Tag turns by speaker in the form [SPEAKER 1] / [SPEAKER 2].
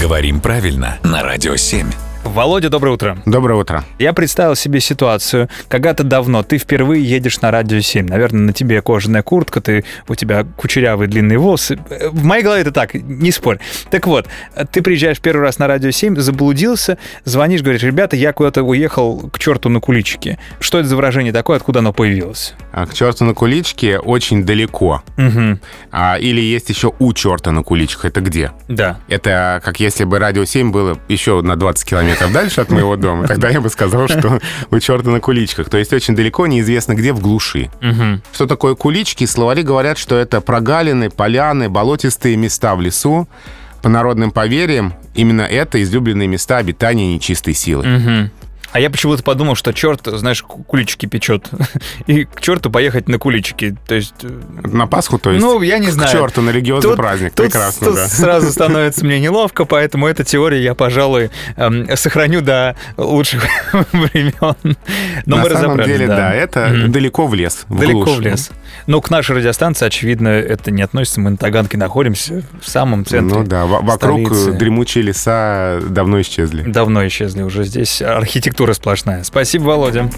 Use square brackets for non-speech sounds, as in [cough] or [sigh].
[SPEAKER 1] Говорим правильно на Радио 7.
[SPEAKER 2] Володя, доброе утро.
[SPEAKER 3] Доброе утро.
[SPEAKER 2] Я представил себе ситуацию. Когда-то давно ты впервые едешь на радио 7. Наверное, на тебе кожаная куртка, ты, у тебя кучерявые длинные волосы. Э, В моей голове это так, не спорь. Так вот, э, ты приезжаешь первый раз на радио 7, заблудился, звонишь, говоришь, ребята, я куда-то уехал к черту на куличике. Что это за выражение такое, откуда оно появилось?
[SPEAKER 3] А, К черту на куличке очень далеко.
[SPEAKER 2] Угу,
[SPEAKER 3] А, или есть еще у черта на куличках. Это где?
[SPEAKER 2] да.
[SPEAKER 3] Это как если бы радио 7 было еще на 20 километров дальше от моего дома. Тогда я бы сказал, что [laughs] у черта на куличках. То есть очень далеко, неизвестно где, в глуши.
[SPEAKER 2] Угу.
[SPEAKER 3] Что такое кулички? Словари говорят, что это прогалины, поляны, болотистые места в лесу. По народным поверьям, именно это излюбленные места обитания нечистой силы.
[SPEAKER 2] Мгм. А я почему-то подумал, что черт, знаешь, ку- куличики печет. [laughs] И к черту поехать на куличики. То есть, э,
[SPEAKER 3] На Пасху, то есть,
[SPEAKER 2] ну, я не
[SPEAKER 3] к
[SPEAKER 2] знаю.
[SPEAKER 3] черту на религиозный
[SPEAKER 2] Тут-
[SPEAKER 3] праздник.
[SPEAKER 2] Тут,
[SPEAKER 3] Прекрасно,
[SPEAKER 2] тут
[SPEAKER 3] да. [laughs]
[SPEAKER 2] сразу становится мне неловко, поэтому эту теорию я, пожалуй, эм, сохраню до лучших [laughs] времен. Но
[SPEAKER 3] На
[SPEAKER 2] мы
[SPEAKER 3] самом
[SPEAKER 2] разобрались,
[SPEAKER 3] деле, да, это
[SPEAKER 2] Мгм.
[SPEAKER 3] далеко в лес. в
[SPEAKER 2] Далеко
[SPEAKER 3] глушь.
[SPEAKER 2] в лес. Но к нашей радиостанции, очевидно, это не относится. Мы на Таганке находимся в самом центре.
[SPEAKER 3] Ну да, во- вокруг э,
[SPEAKER 2] столицы.
[SPEAKER 3] дремучие леса давно исчезли.
[SPEAKER 2] Давно исчезли уже здесь. Архитектура сплошная. Спасибо, Володя.